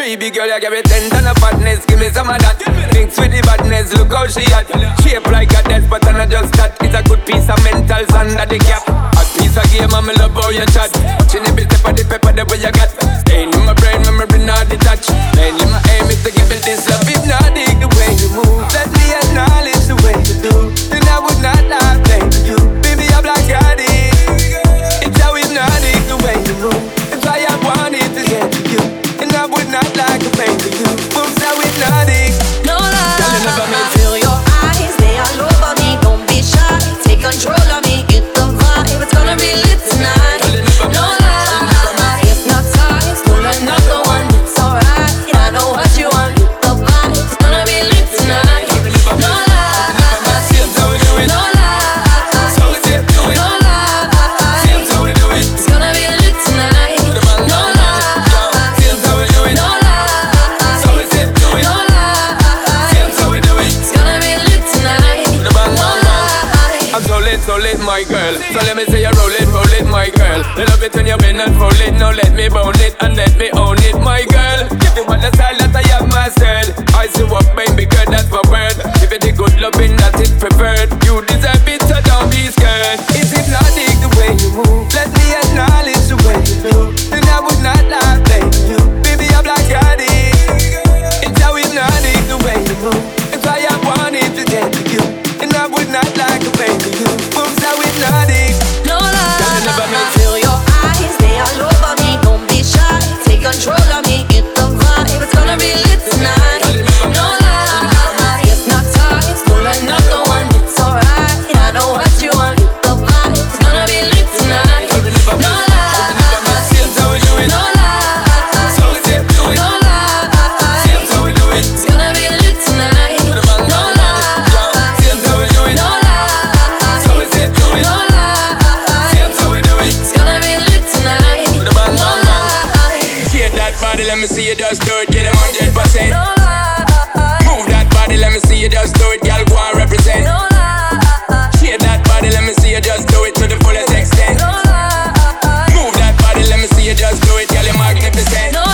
baby girl, you give me ten ton of fatness, give me some of that. Thinks with the badness, look how she at. Shape like a death, but I'm not just that. It's a good piece of mental sand at the cap. A piece of game, I'm love how you chat. Watching every step of the paper, the way you got. Staying in my brain, memory not detached. Mainly my aim is to give it this love. If not dig the way you move, let me acknowledge the way you do. Then I would not lie, blame you. Baby, I'm like I did. It's how hypnotic the way you move. It's why I wanted to get to you. And I would not like to play to you. Boom, so hypnotic. No lie. Tell them about me. Feel your eyes, they all over me. Don't be shy, take control of me. Get the vibe, it's gonna be lit tonight. No lie, hypnotized, pull another one. It's alright, I know what you want. Get the vibe, it's gonna be lit tonight. No lie, Here's how we do it. no lie, So let's get to it. no lie. Here's how we do it. It's gonna be lit tonight. No lie, Here's how we do it. no lie, So let's get to it. no lie. Here's how we do it. It's gonna be lit tonight. The bang, No bang, bang. lie. I'm so lit, so lit, my girl. So let me see you roll it, roll it, my girl. They love it when you bend and roll it. Now let me bone it and let me own it, my girl. Give you one the style that I have mastered. I see what baby girl, that's my word. Give it the good loving that is preferred. You deserve it, so don't be scared. It's hypnotic the way you move. Let me acknowledge the way you do. Then I would not lie, blame you. Baby, I'm like I did. It's how hypnotic the way you move. It's why I wanted to get to you. And I would not like to play to you. Moves how hypnotic. No Tell them about me. lie. Feel your eyes, they all over me. Don't be shy. Take control of me. Get the vibe. It's gonna be lit tonight. No lie. Hypnotized. Pull another one. It's alright. I know what you want. Get the vibe. It's gonna be lit tonight. No lie. Here's how we do it. No lie. So let's get to it. No lie. Here's how we do it. It's gonna be lit tonight. The bang, No bang, bang. lie. Here's how we do it. No lie. So let's get to it. No lie. Here's how we do it. It's gonna be lit tonight. The bang, No bang, lie. Shake that body, let me see you just do it. Get a hundred percent. No lie. Move that body, let me see you just do it. Girl, go and represent. No lie. Shake that body, let me see you just do it to the fullest extent. No lie. Move that body, let me see you just do it. Girl, you're magnificent. No